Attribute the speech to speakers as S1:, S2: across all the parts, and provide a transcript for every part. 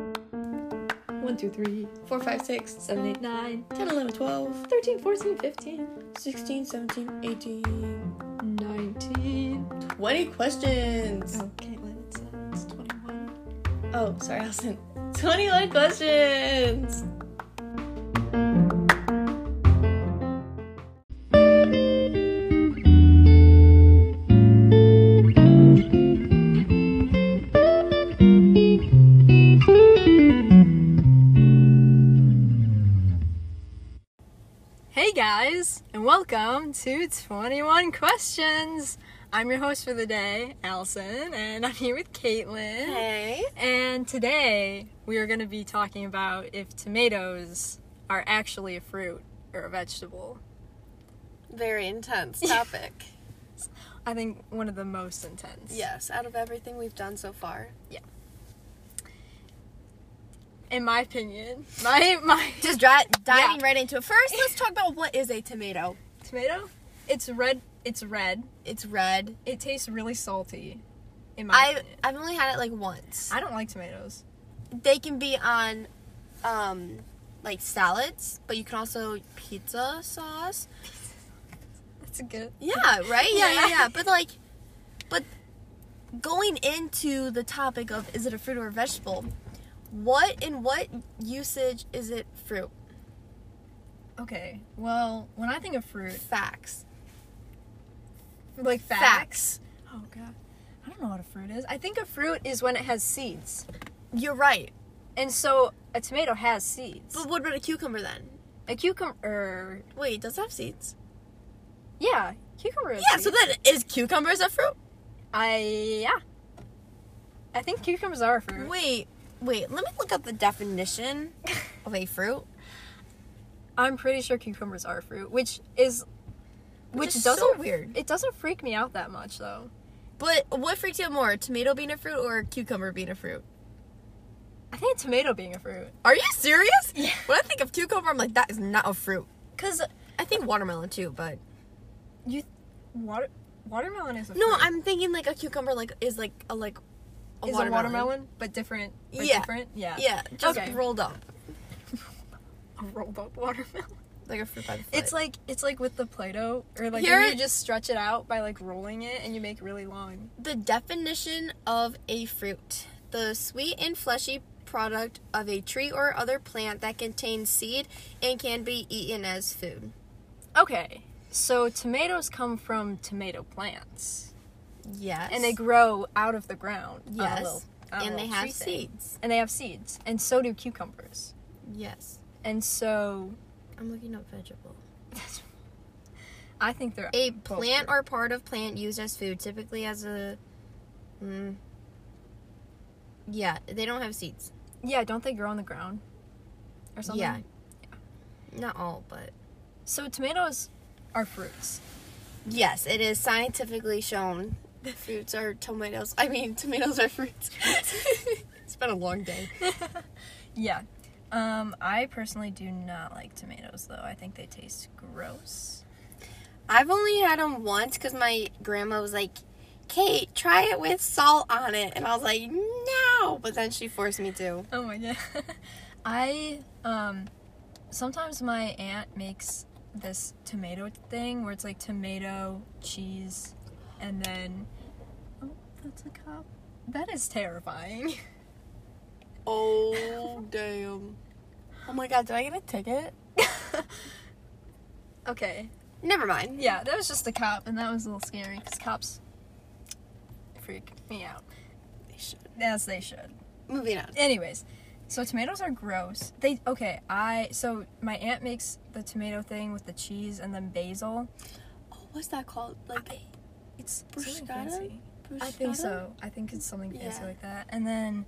S1: 1, 2, 3, 4, 5, 6, 7, 8, 9, 10, 11, 12,
S2: 13, 14, 15,
S1: 16, 17, 18,
S2: 19.
S1: 20 questions.
S2: Okay, well, it's, uh, it's 21.
S1: Oh, sorry, Allison. 21 questions.
S2: Hey guys, and welcome to 21 Questions. I'm your host for the day, Allison, and I'm here with Caitlin.
S1: Hey.
S2: And today we are going to be talking about if tomatoes are actually a fruit or a vegetable.
S3: Very intense topic.
S2: I think one of the most intense.
S3: yes, out of everything we've done so far.
S2: In my opinion, my my
S3: Just dri- diving
S2: Yeah.
S3: right into it. First, let's talk about what is a tomato.
S2: tomato, it's red. It's red.
S3: It's red.
S2: It tastes really salty. In my
S3: I
S2: opinion.
S3: I've only had it like once.
S2: I don't like tomatoes.
S3: They can be on um like salads, but you can also pizza sauce.
S2: That's a good.
S3: Yeah, right? Yeah,
S2: Yeah.
S3: yeah, yeah. But like but going into the topic of is it a fruit or a vegetable? What in what usage is it fruit?
S2: Okay. Well, when I think of fruit,
S3: Facts.
S2: like facts.
S3: Facts.
S2: Oh god. I don't know what a fruit is. I think a fruit is when it has seeds.
S3: You're right.
S2: And so a tomato has seeds.
S3: But what about a cucumber then?
S2: a cucumber
S3: Wait, does it have seeds?
S2: Yeah, cucumber has
S3: Yeah,
S2: seeds.
S3: so then is cucumbers a fruit?
S2: I yeah. I think cucumbers are a fruit.
S3: Wait, wait, let me look up the definition of a fruit.
S2: I'm pretty sure cucumbers are fruit, which is which,
S3: is so
S2: doesn't
S3: weird.
S2: It doesn't freak me out that much though.
S3: But what freaks you out more, tomato being a fruit or a cucumber being a fruit?
S2: I think a tomato being a fruit.
S3: Are you serious?
S2: Yeah.
S3: When I think of cucumber, I'm like, that is not a fruit.
S2: Cause
S3: I think watermelon too, but
S2: you water watermelon is a
S3: no,
S2: fruit.
S3: I'm thinking like a cucumber like is like a like a
S2: is
S3: watermelon.
S2: a watermelon, but different. But
S3: Yeah.
S2: different. Yeah.
S3: Yeah, just
S2: Okay.
S3: rolled up
S2: A rolled up watermelon.
S3: like a fruit by the foot.
S2: It's like it's like with the Play-Doh, or like
S3: Here
S2: when you
S3: it-
S2: just stretch it out by like rolling it, and you make really long.
S3: The definition of a fruit the sweet and fleshy product of a tree or other plant that contains seed and can be eaten as food.
S2: Okay, so tomatoes come from tomato plants,
S3: Yes.
S2: and they grow out of the ground. on a
S3: Yes.
S2: little- on a
S3: and they
S2: little Oh,
S3: have
S2: tree thing.
S3: seeds.
S2: and they have seeds, and so do cucumbers.
S3: Yes.
S2: And so,
S3: I'm looking up vegetable.
S2: I think they're
S3: A
S2: both
S3: plant
S2: fruit.
S3: or part of plant used as food, typically as a mm, Yeah, they don't have seeds.
S2: yeah, don't they grow on the ground or something?
S3: Yeah. Not all, but
S2: So tomatoes are fruits.
S3: Yes, it is scientifically shown that fruits are tomatoes. I mean, tomatoes are fruits. it's been a long day.
S2: Yeah. Um, I personally do not like tomatoes though. I think they taste gross.
S3: I've only had them once because my grandma was like, Kate, try it with salt on it. And I was like, no. But then she forced me to.
S2: Oh my god. I um sometimes my aunt makes this tomato thing where it's like tomato, cheese, and then oh, that's a cop. That is terrifying.
S3: Oh, damn. Oh my god, did I get a ticket?
S2: okay.
S3: Never mind.
S2: Yeah, that was just a cop and that was a little scary cuz cops freak me out
S3: They should.
S2: as they should.
S3: Moving on.
S2: anyways so tomatoes are gross they okay i so my aunt makes the tomato thing with the cheese and then basil
S3: Oh, what's that called? Like,
S2: it's
S3: Bruschetta?
S2: something fancy i think
S3: bruschetta?
S2: so i think it's something fancy
S3: Yeah.
S2: like that and then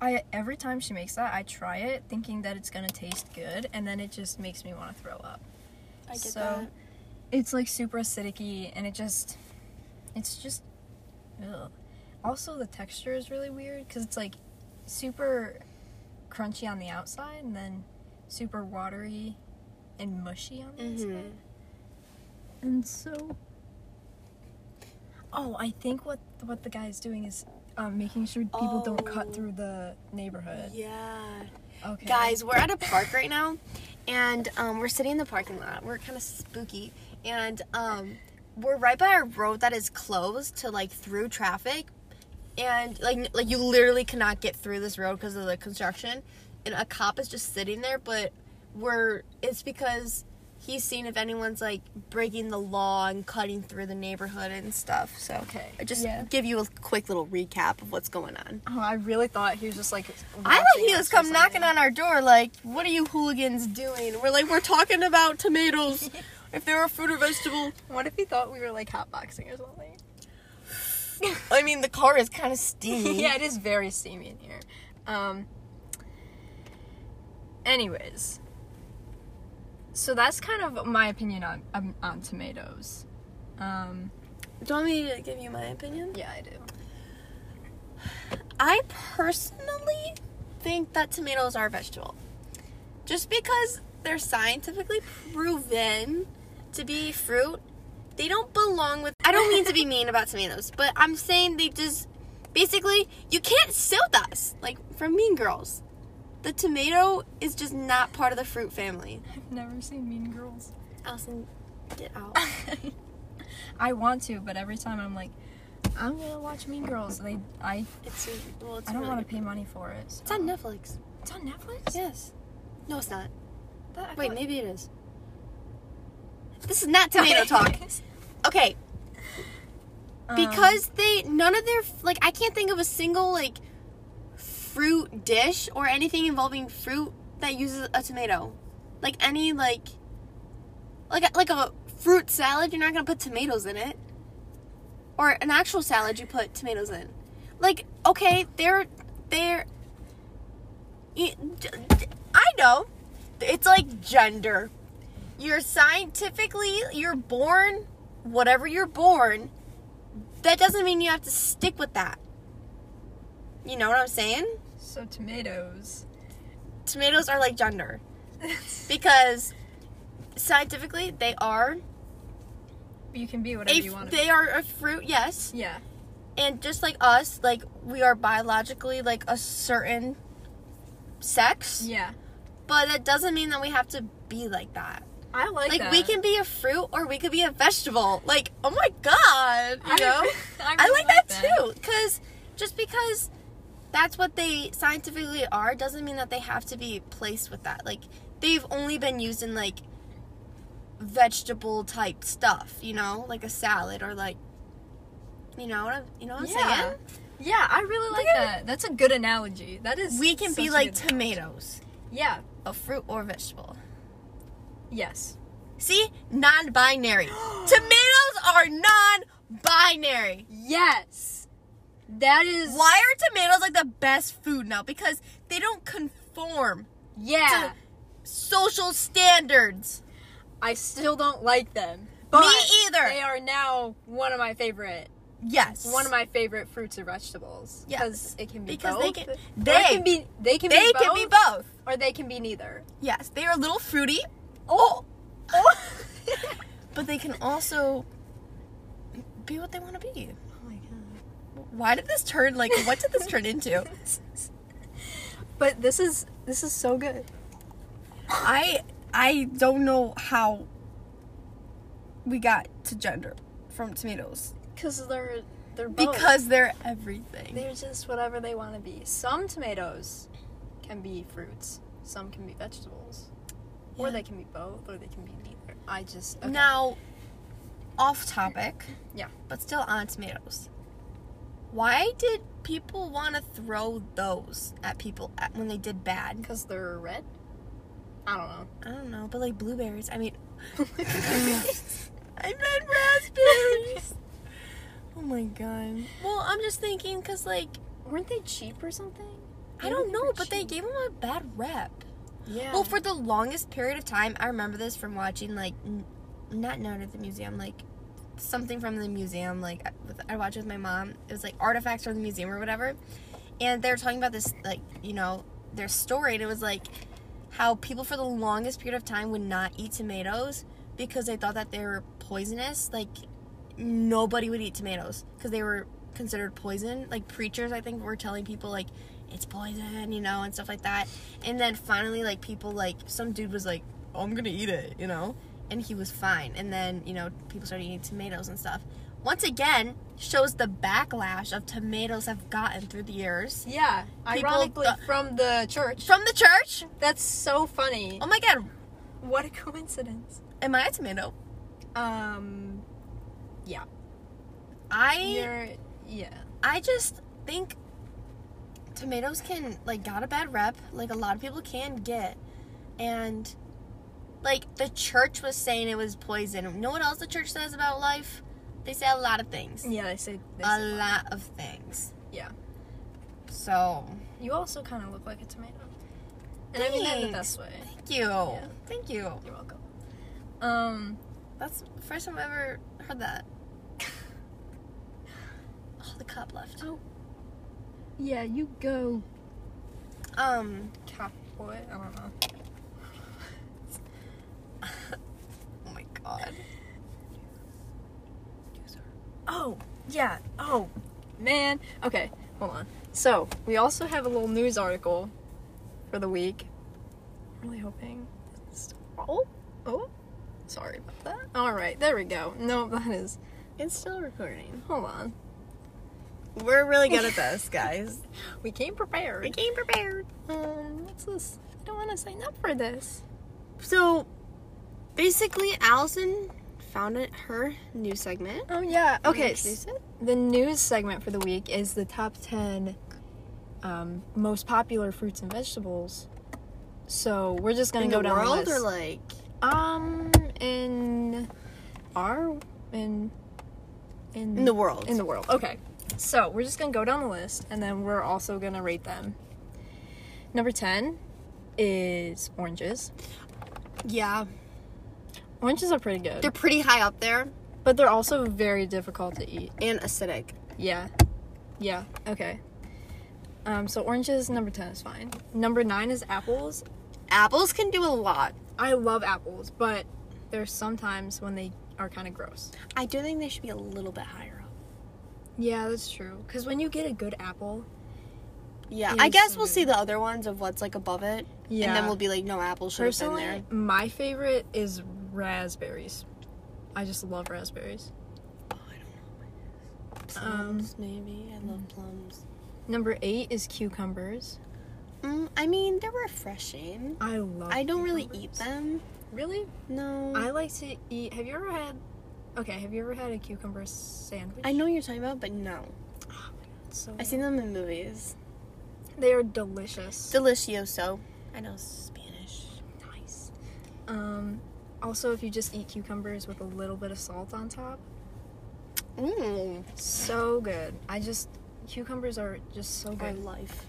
S2: i every time she makes that i try it thinking that it's gonna taste good and then it just makes me want to throw up
S3: I get
S2: so
S3: that.
S2: it's like super acidic and it just it's just ugh. also the texture is really weird because it's like super crunchy on the outside and then super watery
S3: Mm-hmm.
S2: and mushy on the
S3: Mhm.
S2: inside and so Oh, I think what what the guy is doing is um, making sure people don't
S3: Oh.
S2: cut through the neighborhood.
S3: Yeah.
S2: Okay.
S3: Guys, we're at a park right now, and um, we're sitting in the parking lot. We're kind of spooky, and um, we're right by a road that is closed to like through traffic, and like n- like you literally cannot get through this road because of the construction, and a cop is just sitting there. But we're it's because he's seen if anyone's like breaking the law and cutting through the neighborhood and stuff. So
S2: Okay.
S3: I just
S2: Yeah.
S3: give you a quick little recap of what's going on.
S2: Oh, I really thought he was just like.
S3: I thought he was come knocking on our door, like, what are you hooligans doing? We're like, we're talking about tomatoes. if they were fruit or vegetable.
S2: What if he thought we were like hotboxing or something?
S3: I mean, the car is kind of steamy.
S2: yeah, it is very steamy in here. Um. Anyways, so that's kind of my opinion on um, on tomatoes. Um,
S3: Do you want me to give you my opinion?
S2: yeah, I do.
S3: I personally think that tomatoes are a vegetable. Just because they're scientifically proven to be fruit, they don't belong with. I don't mean to be mean about tomatoes, but I'm saying they just. Basically, you can't silt us, like from Mean Girls. The tomato is just not part of the fruit family.
S2: I've never seen Mean Girls.
S3: Allison, get out.
S2: I want to, but every time I'm like, I'm gonna watch Mean Girls. They, I,
S3: It's, well, it's
S2: I don't
S3: really-
S2: want to pay money for it. so-
S3: It's on Netflix.
S2: It's on Netflix.
S3: Yes. No, it's not.
S2: But I
S3: Wait,
S2: thought-
S3: maybe it is. This is not tomato talk. Okay,
S2: Um,
S3: because they none of their like I can't think of a single like fruit dish or anything involving fruit that uses a tomato. Like any like like a, like a fruit salad, you're not gonna put tomatoes in it. Or an actual salad, you put tomatoes in. Like okay, they're they're. y- j- j- I know, it's like gender. You're scientifically you're born whatever you're born that doesn't mean you have to stick with that. You know what I'm saying?
S2: so tomatoes.
S3: Tomatoes are like gender because scientifically they are
S2: you can be whatever
S3: a,
S2: you want to.
S3: they are a fruit, yes.
S2: be. Yeah.
S3: And just like us, like we are biologically like a certain sex,
S2: Yeah.
S3: but that doesn't mean that we have to be like that.
S2: I like,
S3: Like
S2: that.
S3: we can be a fruit or we could be a vegetable. Like, oh my god, you
S2: I-
S3: know?
S2: I,
S3: I
S2: really
S3: like that, too, because just because that's what they scientifically are doesn't mean that they have to be placed with that. Like they've only been used in like vegetable type stuff, you know, like a salad or like you know what I'm, you know what I'm
S2: Yeah.
S3: saying?
S2: Yeah, I really like
S3: Look at
S2: that. That's a good analogy. That is.
S3: We can
S2: such
S3: be
S2: a
S3: like
S2: good-
S3: tomatoes,
S2: yeah.
S3: a fruit or vegetable.
S2: Yes.
S3: See, non-binary. tomatoes are non-binary.
S2: Yes. That is.
S3: Why are tomatoes like the best food now? Because they don't conform
S2: Yeah.
S3: to social standards.
S2: I still don't like them. But
S3: either.
S2: They are now one of my favorite,
S3: Yes.
S2: one of my favorite fruits or vegetables.
S3: Yes.
S2: Because it can be
S3: Because
S2: both.
S3: they can-
S2: Or
S3: they-
S2: it can be. They can
S3: They
S2: be.
S3: can be both.
S2: Or they can be neither.
S3: Yes, they are a little fruity,
S2: Oh.
S3: oh. but they can also be what they want to be.
S2: oh my god.
S3: Why did this turn like? What did this turn into?
S2: But this is this is so good.
S3: I I don't know how we got to gender from tomatoes
S2: Cause they're they're both.
S3: because they're everything.
S2: they're just whatever they want to be. Some tomatoes can be fruits. Some can be vegetables. Or
S3: Yeah.
S2: they can be both, or they can be neither. I just okay.
S3: Now, off topic.
S2: Yeah.
S3: But still on tomatoes. Why did people want to throw those at people at, when they did bad?
S2: because they're red. I don't know.
S3: I don't know, but like blueberries. I mean, I meant raspberries. oh my god. Well, I'm just thinking because like
S2: Weren't they cheap or something?
S3: I don't
S2: Maybe
S3: know,
S2: were
S3: but they
S2: cheap.
S3: gave them a bad rep.
S2: yeah.
S3: Well, for the longest period of time, I remember this from watching like n- not Night at the Museum, like something from the museum. Like I- with, I watched it with my mom. It was like artifacts from the museum or whatever, and they were talking about this like you know their story, and it was like how people for the longest period of time would not eat tomatoes because they thought that they were poisonous, like nobody would eat tomatoes because they were considered poison. Like preachers, I think, were telling people like it's poison, you know, and stuff like that. And then finally, like people, like some dude was like, oh, "I'm gonna eat it," you know, and he was fine. And then you know, people started eating tomatoes and stuff. Once again, shows the backlash of tomatoes have gotten through the years
S2: Yeah,
S3: People
S2: ironically
S3: th-
S2: from the church.
S3: from the church.
S2: That's so funny.
S3: Oh my god,
S2: What a coincidence.
S3: am I a tomato?
S2: Um,
S3: I
S2: you're yeah.
S3: I just think tomatoes can like got a bad rep, like a lot of people can get. And like the church was saying it was poison. You know what else the church says about life? They say a lot of things.
S2: Yeah, they say. They
S3: a
S2: say
S3: lot of things.
S2: Yeah.
S3: So
S2: You also kind of look like a tomato. And I mean that in the best way.
S3: thank you. Thank you.
S2: You're welcome. Um,
S3: That's the first time I ever heard that. oh the cup left.
S1: Yeah, you go.
S3: Um
S2: cowboy. I don't know.
S3: oh my god.
S2: Oh, yeah. Oh, man. Okay, hold on. So, we also have a little news article for the week. I'm really hoping. It's... Oh, oh. Sorry about that. All right, there we go. No, that is.
S3: It's still recording.
S2: Hold on.
S3: We're really good at this, guys.
S2: We came prepared.
S3: came prepared.
S2: Um, what's this? I don't want to sign up for this.
S3: So basically, Allison found it, her new segment.
S2: Oh yeah.
S3: Wanna
S2: Okay.
S3: introduce it?
S2: The news segment for the week is the top 10 um, most popular fruits and vegetables. So we're just gonna
S3: In
S2: go
S3: the
S2: down
S3: world
S2: the
S3: or
S2: list.
S3: like
S2: um, in our in in
S3: in the world?
S2: in the world. Okay. So we're just gonna go down the list, and then we're also gonna rate them. Number 10 is oranges.
S3: yeah,
S2: Oranges are pretty good,
S3: they're pretty high up there
S2: but they're also very difficult to eat.
S3: and acidic.
S2: Yeah. Yeah. Okay. Um, so oranges, number 10 is fine. Number 9 is apples.
S3: Apples can do a lot.
S2: I love apples, but there's sometimes when they are kind of gross.
S3: I do think they should be a little bit higher up.
S2: Yeah, that's true. Because when you get a good apple,
S3: Yeah,
S2: It
S3: I
S2: is
S3: guess
S2: so
S3: we'll
S2: good.
S3: see the other ones of what's like above it, and then we'll be like, no, apples should have been
S2: personally,
S3: there.
S2: my favorite is raspberries. I just love raspberries.
S3: Oh, I don't know.
S2: Plums,
S3: maybe. I love plums.
S2: Number 8 is cucumbers.
S3: Mm, I mean, they're refreshing.
S2: I love
S3: I don't really eat
S2: cucumbers.
S3: them.
S2: Really?
S3: No.
S2: I like to eat. Have you ever had. Okay, have you ever had a cucumber sandwich?
S3: I know what you're talking about, but no.
S2: It's so
S3: I've seen them in movies.
S2: They are delicious.
S3: Delicioso. I know Spanish.
S2: nice. Um, also, if you just eat cucumbers with a little bit of salt on top,
S3: Mmm.
S2: so good. I just cucumbers are just so
S3: Our
S2: good.
S3: life.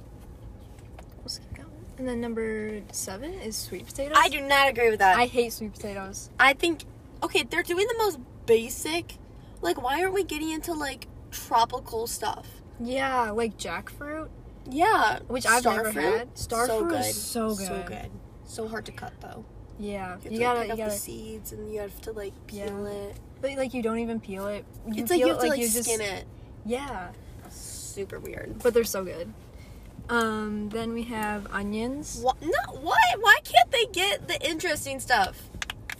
S2: Let's keep going. And then number seven is sweet potatoes.
S3: I do not agree with that.
S2: I
S3: I,
S2: hate sweet potatoes.
S3: I think, okay, they're doing the most basic. Like, why aren't we getting into, like, tropical stuff?
S2: Yeah, like jackfruit,
S3: Yeah.
S2: which I've never
S3: starfruit?
S2: had. Starfruit is so good.
S3: So good. So hard to cut, though.
S2: Yeah, you, gotta, you
S3: You, have to, like, pick up
S2: gotta,
S3: the seeds and you have to, like,
S2: Yeah.
S3: peel it.
S2: but like you don't even peel it. You
S3: it's like you
S2: peel
S3: have to, like,
S2: you
S3: skin
S2: just,
S3: it.
S2: Yeah,
S3: Super weird.
S2: but they're so good. Um, then we have onions.
S3: What? No, why? Why can't they get the interesting stuff?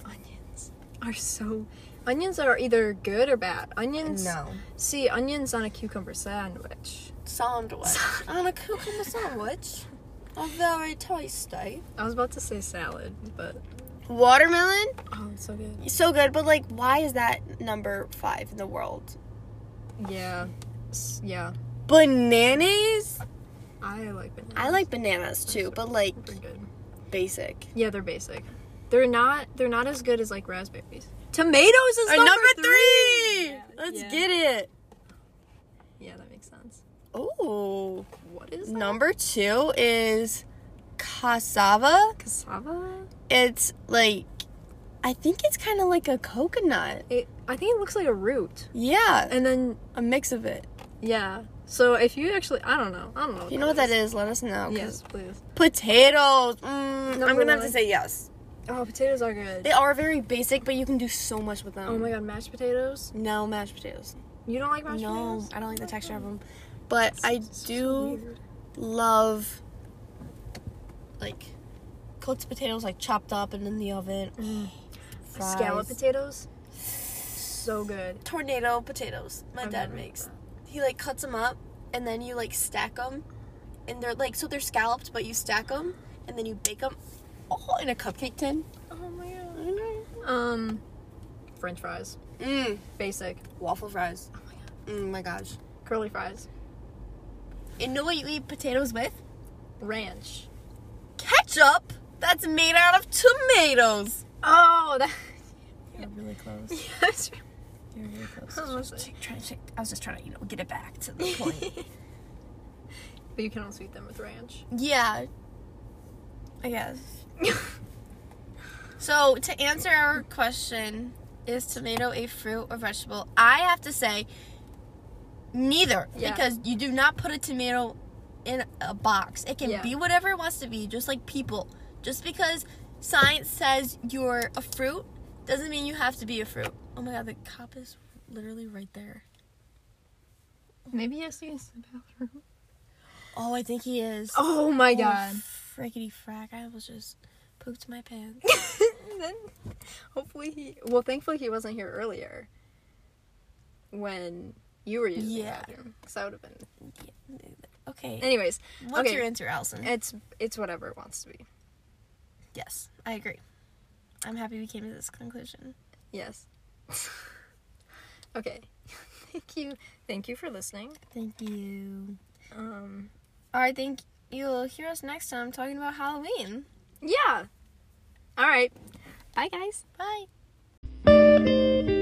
S2: Onions are so. Onions are either good or bad. Onions. See, onions on a cucumber sandwich.
S3: Sandwich. On a cucumber sandwich. A very tasty.
S2: I was about to say salad, but
S3: Watermelon?
S2: oh, it's so good.
S3: So good, but like, why is that number five in the world?
S2: Yeah, S- yeah.
S3: Bananas?
S2: I like bananas.
S3: I like bananas too, but like,
S2: They're good.
S3: basic.
S2: Yeah, they're basic. They're not. They're not as good as like raspberries. Tomatoes is
S3: Our
S2: number,
S3: number
S2: three.
S3: three!
S2: Yeah,
S3: Let's
S2: yeah.
S3: get it.
S2: Yeah, that makes sense.
S3: Oh.
S2: What is that?
S3: Number two is cassava.
S2: cassava?
S3: It's like, I think it's kind of like a coconut.
S2: It. I think it looks like a root.
S3: Yeah,
S2: And then
S3: a mix of it.
S2: yeah. So if you actually, I don't know. I don't know.
S3: If you know what that is, let us know. 'cause
S2: Yes, please.
S3: Potatoes. Mm, I'm
S2: Number
S3: gonna have to
S2: one.
S3: say yes.
S2: Oh, potatoes are good.
S3: They are very basic, but you can do so much with them.
S2: oh my god, mashed potatoes.
S3: No mashed potatoes.
S2: You don't like mashed
S3: no,
S2: potatoes?
S3: I don't like the texture of them. But I do love like cooked potatoes, like chopped up and in the oven. Fries.
S2: Mm. Scallop potatoes. So good.
S3: tornado potatoes. My
S2: I've
S3: dad
S2: never
S3: makes. He like cuts them up and then you like stack them, and they're like so they're scalloped, but you stack them and then you bake them. Oh, in a cupcake tin.
S2: Oh my god. Um, French fries.
S3: Mmm.
S2: Basic.
S3: Waffle fries.
S2: Oh my god.
S3: Mm my gosh.
S2: Curly fries.
S3: And know what you eat potatoes with?
S2: Ranch.
S3: Ketchup. That's made out of tomatoes.
S2: Oh, that.
S3: You're really close.
S2: Yes.
S3: You're really close.
S2: I was like-
S3: trying to check. I was just trying to, you know, get it back to the point.
S2: but you can also eat them with ranch.
S3: yeah. I guess. So to answer our question, is tomato a fruit or vegetable? I have to say neither
S2: Yeah.
S3: because you do not put a tomato in a box. It can
S2: Yeah.
S3: be whatever it wants to be, just like people. Just because science says you're a fruit doesn't mean you have to be a fruit. Oh my god, the cop is literally right there.
S2: Maybe he has to use the bathroom.
S3: Oh, I think he is.
S2: Oh my god.
S3: Frickety frack. I almost just pooped my pants.
S2: then hopefully he well thankfully he wasn't here earlier when you were using
S3: Yeah.
S2: the bathroom because that would have been
S3: Okay.
S2: anyways
S3: What's
S2: okay.
S3: your answer, Allison?
S2: it's it's whatever it wants to be
S3: Yes, I agree. I'm happy we came to this conclusion.
S2: yes okay thank you thank you for listening
S3: Thank you.
S2: um
S3: I think you'll hear us next time talking about Halloween.
S2: yeah all right bye guys
S3: Bye.